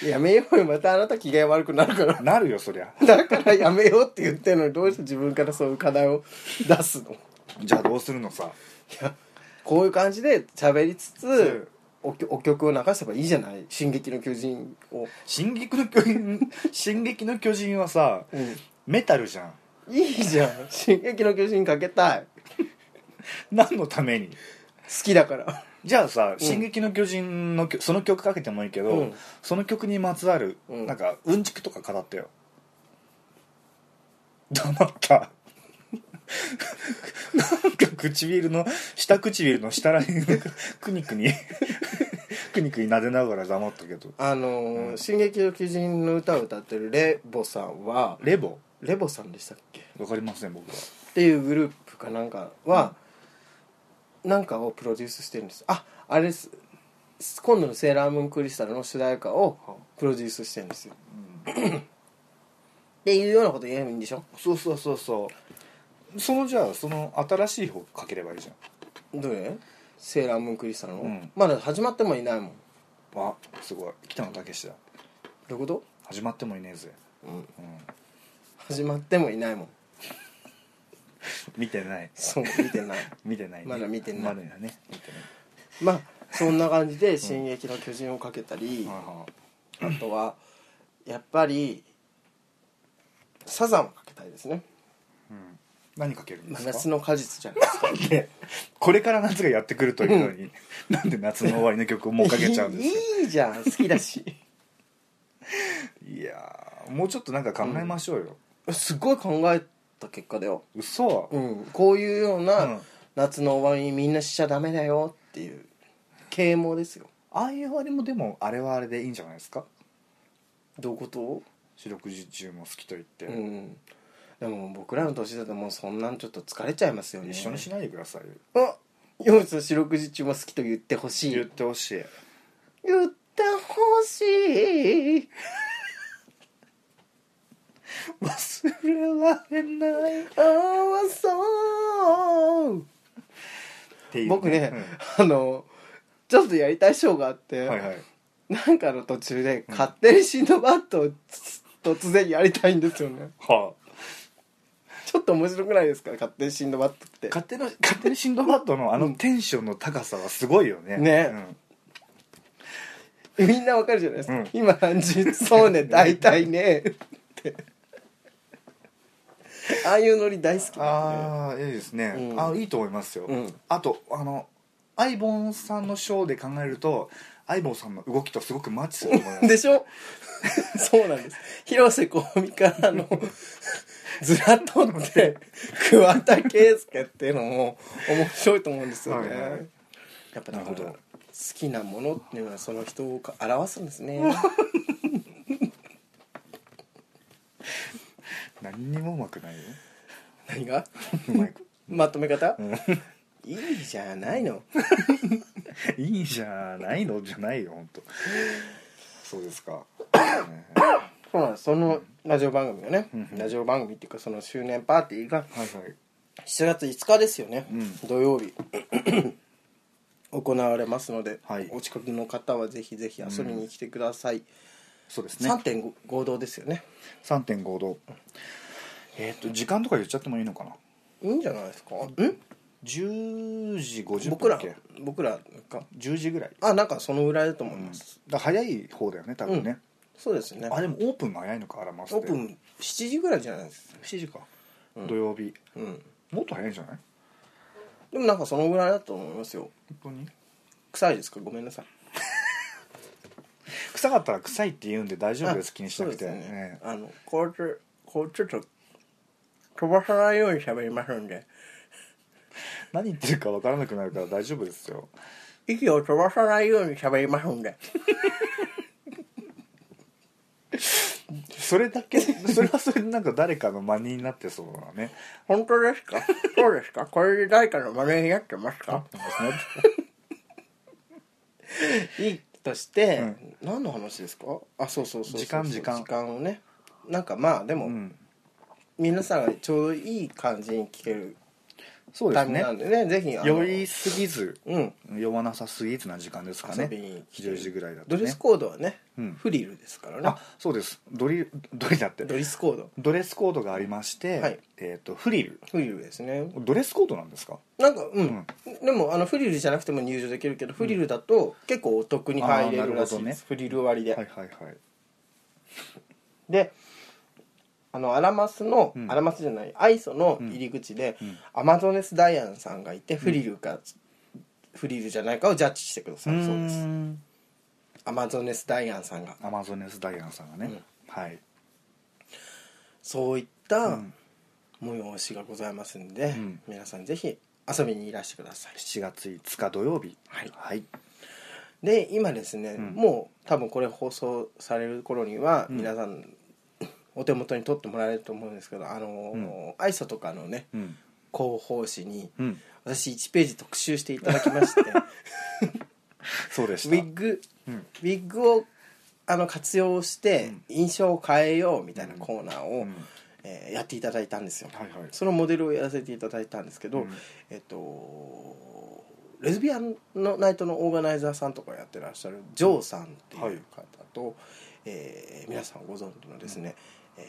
やめようよまたあなた機嫌悪くなるから
なるよそりゃ
だからやめようって言ってるのにどうして自分からそういう課題を出すのい
じゃあどうするのさ
やこういう感じで喋りつ
うん
つおきお曲を流せばいいじゃない「進撃の巨人を」
「進撃の巨 人」「進撃の巨人」はさメタルじゃん
いいじゃん「進撃の巨人」かけたい
何のために
好きだ から
じゃあさ「進撃の巨人の曲」その曲かけてもいいけど、
うん
その曲にまつわる、
うん
なんかうんちくとか語ってよ 黙ったなんか唇の下唇の下らへんく にくにくにくに撫でながら黙ったけど
あのー進撃の巨人」の歌を歌ってるレボさんは
レボ
レボさんでしたっけっ
わかりません僕は
ていうグループかなんかは、なんかをプロデュースしてるんですああれです今度の「セーラームーンクリスタル」の主題歌をプロデュースしてるんですよ、っていうようなこと言えばいいんでしょ
そうそうそうそうそのじゃあその新しい方かければいいじ
どれセーラームーンクリスタルの、
うん
まだ始まってもいないもんど
ゃんわすごい北野武だ
ういうこと
始まってもいねえぜ、
うん
うん、
始まってもいないもん
見てない
そう見てない
見てない、ね、
まだ見てない
まだね見て
まあそんな感じで「進撃の巨人」をかけたり、
ないは
あとはやっぱりサザンをかけたいですね
いうん、何かけるんで
まあ
すか
夏の果実じゃないですか
で これから夏がやってくるというのに、なんで夏の終わりの曲をもうかけちゃうんで すか
いいいいじゃん好きだ し
いやーもうちょっとなんか考えましょうよ、
すごい考えた結果だよ、
嘘、
うん、こういうような、
うん
夏の終わりにみんなしちゃダメだよっていう啓蒙ですよ
ああいうあれもでもあれはあれでいいんじゃないですか
どういうこと
四六時中も好きと言って、
うんでも僕らの年だともうそんなんちょっと疲れちゃいますよね
一緒にし
ない
ないでくださいよ
あよう四六時中も好きと言ってほしい
言ってほしい
言ってほしい
忘れられないっ
ああそう
ていう
僕ね、あのちょっとやりたいショーがあって、
うんはいはい
なんかの途中で勝手にシンドバッドをつ突然やりたいんですよ ね
はあ
ちょっと面白くないですか勝手にシンドバッドって
勝手の勝手にシンドバッドのあのテンションの高さはすごいよね
ね
うん
みんなわかるじゃないですか、
うん
今何時そう ね大体ねってああいうノリ大好きなんで
ああいいですね、
うん
あいいと思いますよ、
うん
あとあのアイボンさんのショーで考えるとアイボンさんの動きとすごくマッチすると思います
でしょそうなんです広瀬香美からの ずらっとって桑田佳祐っていうのも面白いと思うんですよね、
はいはい
やっぱだか
なるほ
ら
ど
好きなものっていうのはその人を表すんですね
何にもうまくないよ
何が
うまい
まとめ方いいじゃないの
いいじゃない のじゃないよ本当そうですかね
そうなんですそのラジオ番組がね、
うんうん
ラジオ番組っていうかその周年パーティーが
はいはい
7月5日ですよね、
うん
土曜日 行われますので、
はい
お近くの方はぜひぜひ遊びに来てください、
そうですね
3.5合同ですよね
3.5度えっ、と時間とか言っちゃってもいいのかない
いんじゃないですか、ん
10時50
僕
分
ら
だっけ
僕らか
10時ぐらい
あなんかそのぐらいだと思い
うんだ
ま
か
す、
ら早い方だよね多分ね、
そうですね
あでもオープンが早いのかアラマス
オープン7時ぐらいじゃないですか
7時か、土曜日
うん
もっと早いんじゃない
でもなんかそのぐらいだと思いますよ
本当に
臭いですかごめんなさい
臭かったら臭いって言うんで大丈夫です気にしなくて、
そうですよ
ね
ね、あのこうちょこうちょっと飛ばさないように喋りますんで
何言ってるか分からなくなるから大丈夫ですよ
息を飛ばさないように喋りますん で
それだけ それはそれでなんか誰かの真似になってそうだね
本当ですかそうですかこれで誰かの真似になってますかいいとして、何の話ですかあそうそうそうそう
時間時間
時間をねなんかまあでも、
うん
皆さんがちょうどいい感じに聞ける
そうで
タ
す
イミング
ね
なんでねぜひあの
酔いすぎず
うん
酔わなさすぎずな時間ですかね
遊びに来て
10時ぐらいだと
ドレ
ね
スコードはね、
うん
フリルですからね
あそうですドリドリだって
ドレスコード
ドレスコードがありまして、
はい
えっ、とフリル
フリルですね
ドレスコードなんですか
なんかうん、でもあのフリルじゃなくても入場できるけどフリルだと結構お得に入れるらし
あー
いで
なる
す、
ほ
フリル割りで、
はいはいはい
であのアラマスの、
うん
アラマスじゃないアイソの入り口で、アマゾネス・ダイアンさんがいてフリルか、フリルじゃないかをジャッジしてくださいそうですアマゾネス・ダイアンさんが
アマゾネスダイアンさんがね、
うん
はい、
そういった
ん
催しがございますんで、
ん
皆さんぜひ遊びにいらしてください
7月5日土曜日
はい
はい、
で今ですね、もう多分これ放送される頃には皆さん、お手元に取ってもらえると思うんですけどあのーアイソとかのね
うん
広報誌に、
うん、
私1ページ特集していただきま して
そうでし
ウ
た
ィッグ、
うん
ウィッグをあの活用して印象を変えようみたいなコーナーを、
うん
えーやっていただいたんですよ、
はいはい
そのモデルをやらせていただいたんですけど、
うん
えっとレズビアンのナイトのオーガナイザーさんとかやってらっしゃるジョーさんっていう方と、えー皆さんご存知のですね、え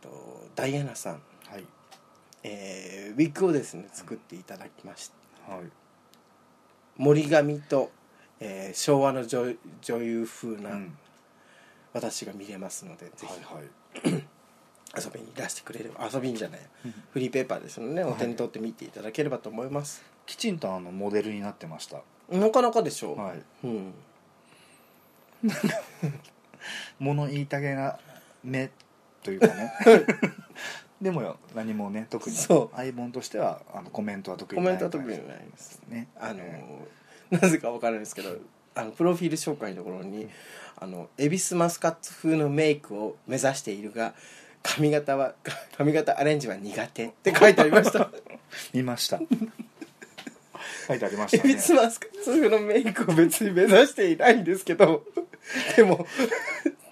ー、とダイアナさん、
はい
えーウィッグをですね作っていただきました
はい
森紙と、えー昭和の女女優風
う
なん私が見れますので、ぜひ
はいはい
遊びに出してくれれば遊びんじゃないフリーペーパーですのでねお手に取って見ていただければと思います、
きちんとあのモデルになってました
なかなかでしょう、
はい
うん
物言いたげな目というか ねでもよ何もね特に
そう
相棒としてはあのコメントは特に
コメントは特に
で
ないで
す
す
ね
あの
え
なぜかわからないですけどあのプロフィール紹介のところにあの「恵比寿マスカッツ風のメイクを目指しているが髪型は髪型アレンジは苦手」って書いてありました
ー見ました 書いてありまし
恵
た
比
ね
寿マスカッツ風のメイクを別に目指していないんですけ どでも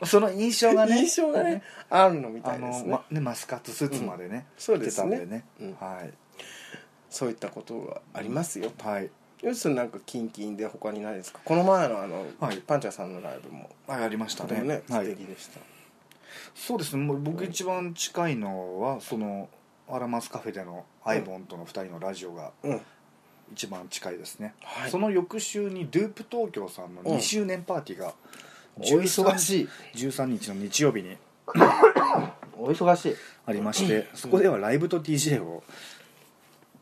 その印象がね
印象がねあるのみた
あ
いで
の
すね
まねマスカットスーツまでね、
そうですね
着てたんでね、
うん
はい
そういったことがありますよ
はい
ヨシさんなんかキンキンで他にないですかこの前のあの、
はい
パンチャーさんのライブも
はいありました
とて
ね
もね
は
素
い
敵、でした、
そうですねもう僕一番近いのはそのアラマスカフェでのアイボンとの2人のラジオが
うん
一番近いですね、
はい
その翌週にドゥープ東京さんの
うん
2周年パーティーが
お
13
忙しい
13日の日曜日に
お忙しい
ありましてそこではライブと DJ を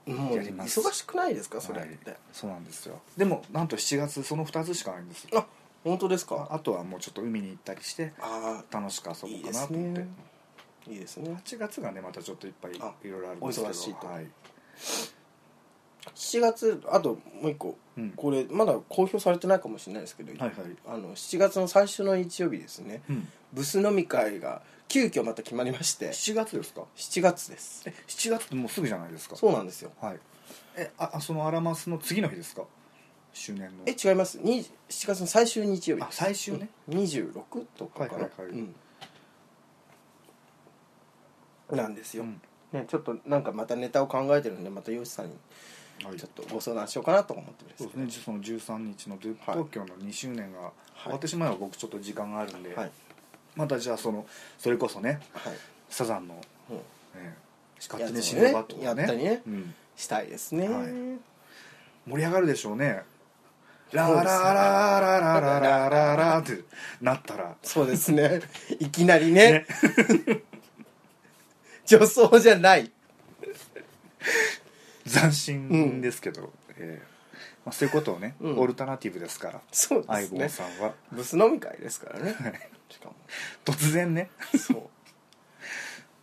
もう
やります
忙しくないですかそれっ
はい
て、
そうなんですよでもなんと7月その2つしかないんです
あ本当です
あ
か
あとはもうちょっと海に行ったりして
あ
楽しく遊
あい
ぼ
いうで
かな
す
と思って
ねいいですね
8月がねまたちょっといっぱいい
あ
ろいろあるんですけど
お忙しいと
はい
7月あともう一個
うん
これまだ公表されてないかもしれないですけど、
はいはい
あの7月の最初の日曜日ですね
うん
ブス飲み会が急遽また決まりまして
7月ですか
7月です
え7月ってもうすぐじゃないですか
そうなんですよ
はいえああそのアラマスの次の日ですか周年の
え違いますに7月の最終日曜日
あ最終ね
26とかかな、
はいはいはい
うんなんですよ、
うん
ね、ちょっとなんかまたネタを考えてるんでまた吉さんに
はい
ちょっとご相談しようかなと思ってるんです
そう
け
で
ど
すねじその13日のドゥ
はい
東京の2周年が終わってしまえば僕ちょっと時間があるんで、
はい
またじゃあそのそれこそね
はい、
サザンの、
うん
ね、勝手
や
に
つ
死
をね
ねばと
や
か
ったりね
うん、
したいですね、
はい盛り上がるでしょうねラ
そう
ラ
ですね
ララララララララってなったら
そうですねいきなりね 女装じゃない
斬新ですけど、ええまあ、そういうことをね、
うん
オルタナティブですから
そうで
相
す
棒
ね
さんは
ブス飲み会ですからねしかも
突然ね
そう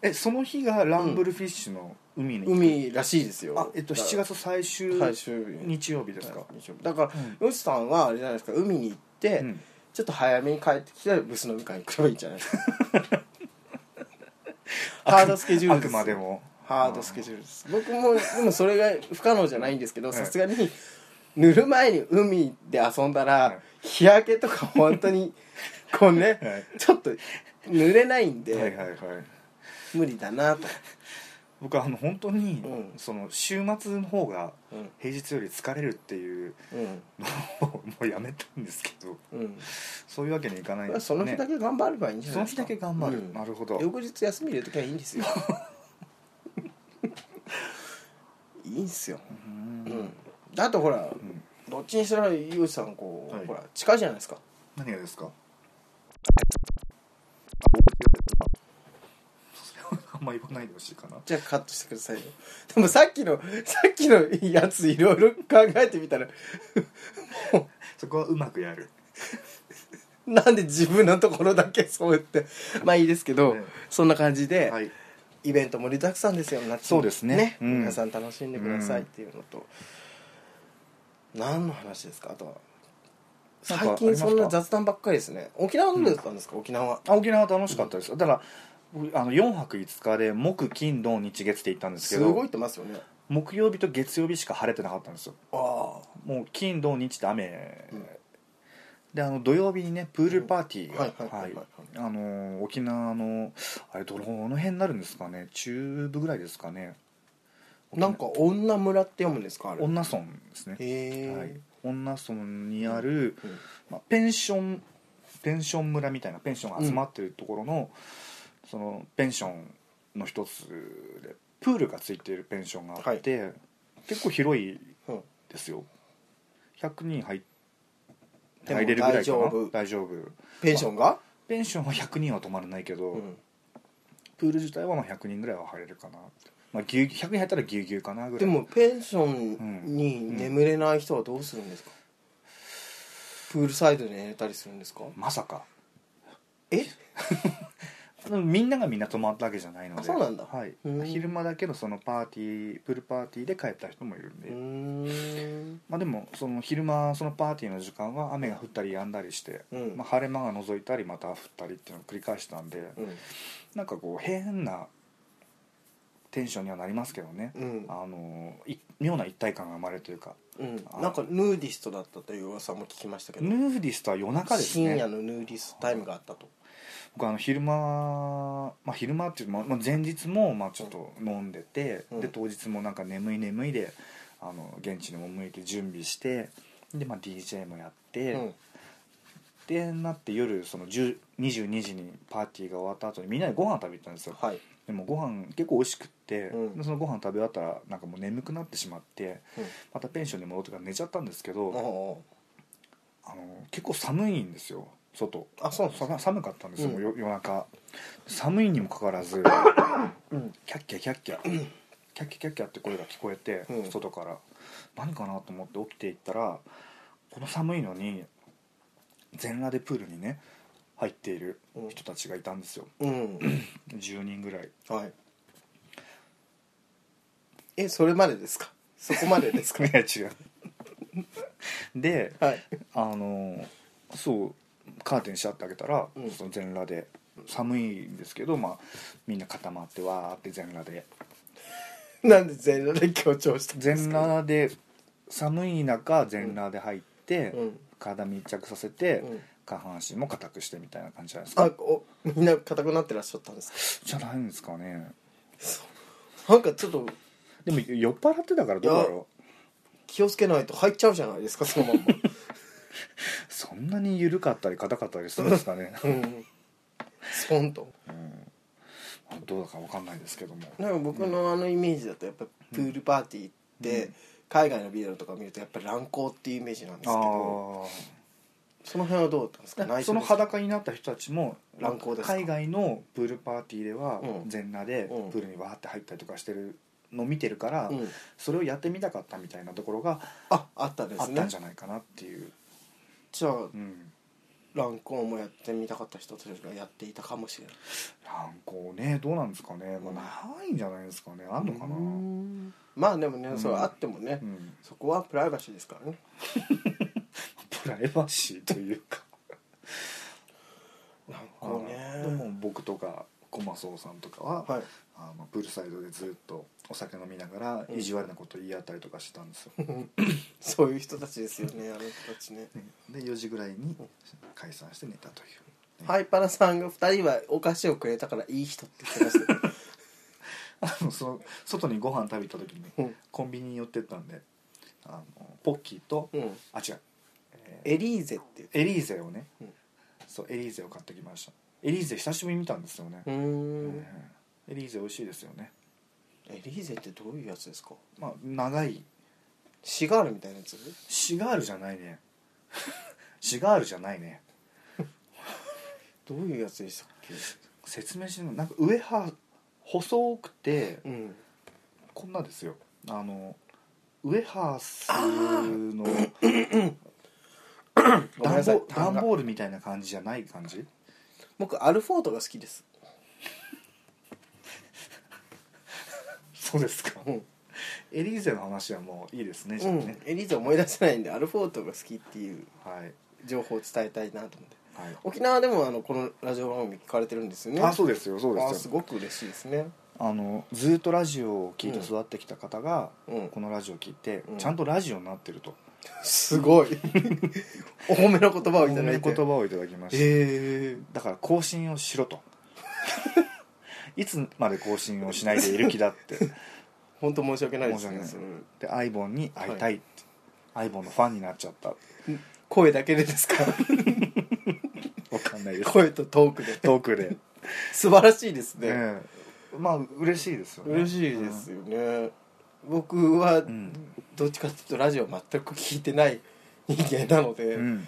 えその日がランブルフィッシュの海に行く、
海らしいですよ
あえっと7月最終
最終日
日曜日ですか、
日曜日だから
うん、
ヨシさんはあれじゃないですか海に行って、
うん
ちょっと早めに帰ってきてブス飲み会に来ればいいんじゃないですかハードスケジュール
あくまでも
ハードスケジュールです僕もでもそれが不可能じゃないんですけど
い
さすがに塗る前に海で遊んだ
はい
ら日焼けとか本当にこうね、
はい
ちょっと濡れないんで、
はいはいはい
無理だなと、
僕はあの本当に、
うん
その週末の方が
うん
平日より疲れるっていう
うん
のをもうやめたんですけど
うん、
そういうわけにいかないん
まあ
で
そ
す
の日だ
ね
け頑張ればいいんじゃないですか
その日だけ頑張る
うん
なるほど
翌日休み入れときゃいいん ですよいいんすよ、う
う
んん、だってほら、
ん
どっちにしたらユウジさんこう、
はい
ほら近いじゃないですか
何がですか あ僕違うですかそれはあんま言わないでほしいかな
じゃあカットしてくださいよでもさっきの さっきのやついろいろ考えてみたら
そこはうまくやる
なんで自分のところだけそう言ってまあいいですけど、
ね
そんな感じで、
はい
イベント盛りだくさんですよ夏に
そうですねうん
皆さん楽しんでくださいっていうのと、何の話ですかあとは
なんかあり
最
ますか
近そんな雑談ばっかりですね沖縄どうだったんですか、沖縄
あ沖縄楽しかったですだから僕あの4泊5日で木金土日月って行ったんですけ
す
ど
ごいってますよね
木曜日と月曜日しか晴れてなかったんですよ
あ
もう金土日って雨、
うん
であの土曜日にねプールパーティー
は
が
いはいはいはいはい
あのー沖縄のあれどの辺になるんですかね中部ぐらいですかね
あなんか女村って読むんですかあれへ
女村ですね、
え、
はい、女村にある、
うん
まあ、ペンションペンション村みたいなペンションが集まってるところの、そのペンションの一つでプールがついているペンションがあって、結構広い
うん
ですよ100人入っ
でも
入れるぐら
大
いかな
丈夫
大丈夫
ペンションが、
ペンションは100人は泊まらないけど、
うん
プール自体はまあ100人ぐらいは入れるかなって、まあ、ぎゅうぎゅう100人入ったらぎゅうぎゅうかなぐらい
でもペンションに眠れない人はどうするんですか、プールサイドで寝たりするんですか
まさか
え
でもみんながみんな泊まったわけじゃないので
あそうなんだ
はい
うん、
昼間だけのそのパーティープールパーティーで帰った人もいるん
う
で、
ーん
まあ、でもその昼間そのパーティーの時間は雨が降ったり止んだりして、
うん
まあ、晴れ間が覗いたりまた降ったりっていうのを繰り返したんで、
うん
なんかこう変なテンションにはなりますけどね、
うん
あのい妙な一体感が生まれるというか
うん
あ、
なんかヌーディストだったという噂も聞きましたけど、
ヌーディストは夜中です
深夜
ね
のヌーディストタイムがあったと
僕あの昼間、まあ、昼間っていうか、まあまあ、前日もまあちょっと飲んでて、
うん
で当日もなんか眠い眠いであの現地に赴いて準備してで、まあ、DJ もやって、
うん
でなって夜その10 22時にパーティーが終わった後にみんなでご飯食べに行ったんですよ、
はい
でもご飯結構美味しくって、
うん
でそのご飯食べ終わったらなんかもう眠くなってしまってまたペンションに戻ってから寝ちゃったんですけど、
うんおうお
あの結構寒いんですよ外
うあそうなんですか
寒寒かったんですよ、
うん
よ夜中寒いにもかかわらず
うん
キャッキャキャッキャ、キキャッキャッキャッキャって声が聞こえて、
うん
外から何かなと思って起きていったらこの寒いのに全裸でプールにね入っている人たちがいたんですよ
うん
10人ぐらい
はいえそれまでですかそこまでです か
いや違うで
はい
あのそうカーテンシャッて開けたら、
うん
その全裸で寒いんですけど、まあ、みんな固まってわーって全裸で
なんで全裸で強調したんで
全
すか
裸で寒い中全裸で入って、
うん
体密着させて、
うん
下半身も硬くしてみたいな感じじゃないですか
あおみんな硬くなってらっしゃったんですか
じゃないんですかね
なんかちょっと
でも酔っ払ってたからどうだろう
気をつけないと入っちゃうじゃないですかその まんま、
そんなに緩かったり硬かったりするんですか ね
うん、スポンと
あどうだか分かんないですけども
なんか僕のあのイメージだとやっぱりプールパーティーって、海外のビデオとか見るとやっぱり乱行っていうイメージなんですけど
ああ
その辺はどうだったんですか内緒
その
ですか
裸になった人たちも
乱行ですか
海外のプールパーティーでは
うん
全裸で
うん
プールにわーって入ったりとかしてるのを見てるから、
うん
それをやってみたかったみたいなところが
ああったで
あ
す
った
ね
んじゃないかなっていう、
じゃあ
うん、
乱行もやってみたかった人たちがやっていたかもしれない
乱行ねどうなんですかね、まあ、ないんじゃないですかねあんのかな、うん
まあでもね
ん
それあってもね、そこはプライバシーですからね
プライバシーというか
乱行
あで
ね
も僕とかコマソウさんとかは、
はい
あのプールサイドでずっとお酒飲みながら意地悪なこと言い合ったりとかしてたんですよ、
そういう人たちですよねあの人たちね
で4時ぐらいに解散して寝たという、
ハイパラさんが2人はお菓子をくれたからいい人って言ってましたよ
あのその外にご飯食べに行った時に、
うん
コンビニに寄ってったんであのポッキーと、
うん
あ違う
エリーゼって言って
エリーゼをね、
うん
そうエリーゼを買ってきましたエリーゼ久しぶりに見たんですよね、
うーん
エリーゼ美味しいですよね
エリーゼってどういうやつですか
まあ長い
シガールみたいなやつ
シガールじゃないね シガールじゃないね
どういうやつでしたっけ
説明してるのなんか上は細くて
うん
こんなですよあのウエハースの
ごめんな
段
さい
ボ段ボールみたいな感じじゃない感じ
僕アルフォートが好きです
そうですか
うん、
エリーゼの話はもういいですねじ
う
ゃあ
ん
ね、、
エリーゼ思い出せないんでアルフォートが好きっていう
はい、
情報を伝えたいなと思って
はい
沖縄でもあのこのラジオ番組聞かれてるんですよね
あそうですよそう
あ
です
す
よ
ごく嬉しいですね
あのずっとラジオを聞いて育ってきた方が、
うん
このラジオを聞いて、
うん
ちゃんとラジオになってると
す ごいお褒めの言葉をいただいて
お褒め言葉をいただきました、
ええ
だから更新をしろと いつまで更新をしないでいる気だって
本当申し訳ないですね
申し訳ないでアイボンに会いたいって、アイボンのファンになっちゃった
声だけでですか
わかんないです
声とトークで
トークで、
素晴らしいですね、
ええまあ嬉しいですよね
嬉しいですよね、僕は
うん、
どっちかっていうとラジオ全く聞いてない人間なので、
うん、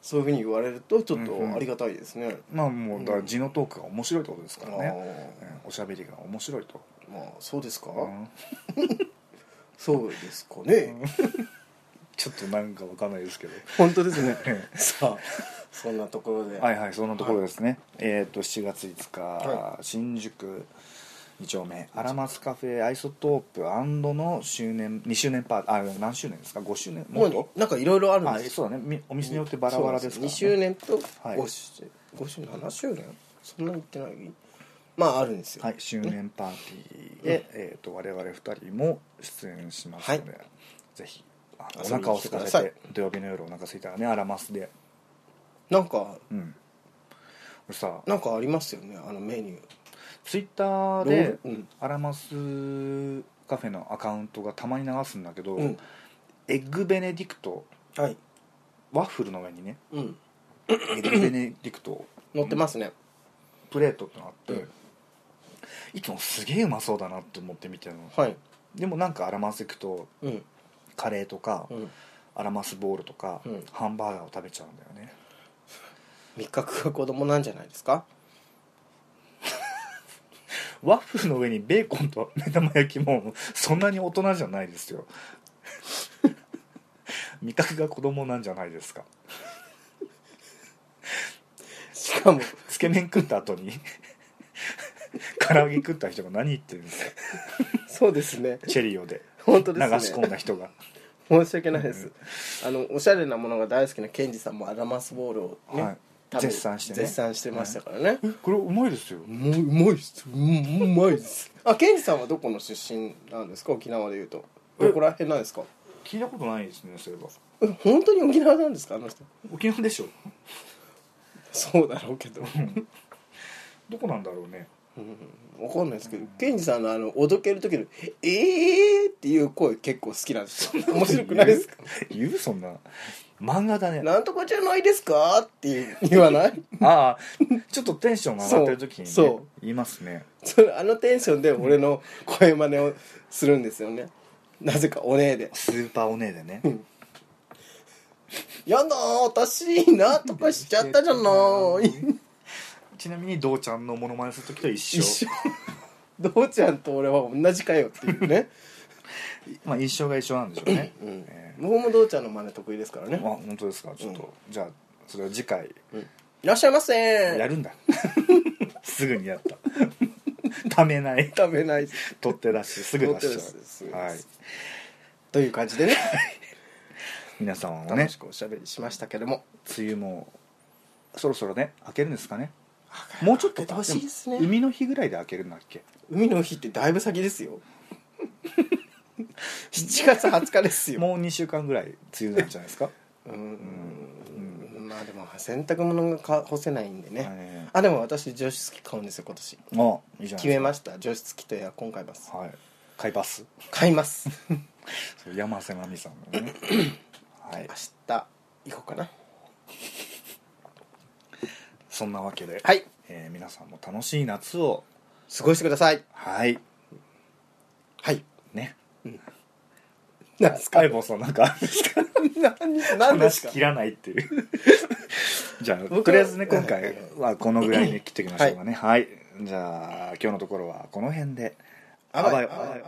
そういうふうに言われるとちょっと
うんうん
ありがたいですね、
まあもうだから字のトークが面白いってことですからね、
あ
ええおしゃべりが面白いと、
ーまあそうですか、
うん
そうですかね、
ちょっとなんかわかんないです けど
本当ですねさあそんなところで、
はいいはいそんなところですね、えっ、と7月5日、
は
新宿2丁目アラマスカフェアイソトープの周年2周年パーあ何周年ですか5周年もっと
もうなんかいろいろあるん
あ
です
そうだねみお店によってバラバラですから、ね、
2周年と
はい
5周5周年7周年そんなに言ってないまああるんですよ
はい、周年パーティーで、えー、と我々2人も出演しますので、ぜひあのお
遊びに来て
腹を空か
くださ
せ
い
て土曜日の夜お腹空いたらねアラマスで
なんか
うん俺さ
なんかありますよねあのメニュー
ツイッターで
ロールうん
アラマスカフェのアカウントがたまに流すんだけど、
うん
エッグベネディクト
はい
ワッフルの上にね
うん
エッグベネディクト
乗ってますね
プレートってのがあって、
うん
いつもすげえうまそうだなって思って見てるの、
はい
でもなんかアラマス行くと
うん
カレーとか、
うん
アラマスボールとか、
うん
ハンバーガーを食べちゃうんだよね
味覚が子供なんじゃないですか
ワッフルの上にベーコンと目玉焼きもそんなに大人じゃないです よ味覚が子供なんじゃないですか
しかも
つけ麺食った後に唐揚げ食った人が何言ってるんですか
そうですね
チェリオで
本当
流
ですね
し込んだ人が
申し訳ないです、あのおしゃれなものが大好きなケンジさんもアラマスボールをね、
はい
多分
絶賛してね
絶賛してましたからね、
えこれうまいですよ
もううまいっすうんうまいっす あケンジさんはどこの出身なんですか沖縄でいうとどこら辺なんですか
聞いたことないですねそういえば
え本当に沖縄なんですかあの人
沖縄でしょ
そうだろうけど、
どこなんだろうね
うん、わかんないですけどケンジさんのあのおどける時の「えー!」っていう声結構好きなんですよ面白くないですか
言うそんな漫画だね
なんとかじゃないですかっていう言わない
ああちょっとテンションが上がってる時に、ね、
そうそう
言いますね
それあのテンションで俺の声真似をするんですよねなぜかおねえで
スーパーお姉でね
「やだー私なんとかしちゃったじゃない」
ちなみにどうちゃんのモノマネする時と一緒
一緒どうちゃんと俺は同じかよっていうね、
まあ印象が一緒なんでしょうね、
うん
え
僕もどうちゃんの真似得意ですから
え
ね
あ本当ですかちょっと、じゃあそれは次回
いらっしゃいませ
やるんだ すぐにやったためない
食べない
取って出しすぐ出
取って出し
し
す
ち
ぐ
ゃ
出
う、
し
はい、
という感じでね
皆様もね
楽しくおしゃべりしましたけども
梅雨もそろそろね明けるんですかねもうちょっと
明けて
か
ほしいですね
でも海の日ぐらいで明けるんだっけ
海の日ってだいぶ先ですよ 7月20日ですよ
もう2週間ぐらい梅雨なんじゃな いですか、
うんまあでも洗濯物がか干せないんでね、
はい
あでも私除湿機買うんですよ今年
あいいじゃない
決め
で
ました除湿機とエアコン買いますす
かはい買いバス
買います
そう山瀬まみさんの ねは
明
い
日行こうかな
そんなわけで、
はい
えー皆さんも楽しい夏を
過ごしてください
はい
はい
ね
何すか
カイボーさんなんかあるんですか
何何です
話
か
切らないっていう じゃ
僕は
あとりあえずね今
はい
回はこのぐらいに切っておきましょうかねはい、じゃあ今日のところはこの辺で
あばよ
あばよ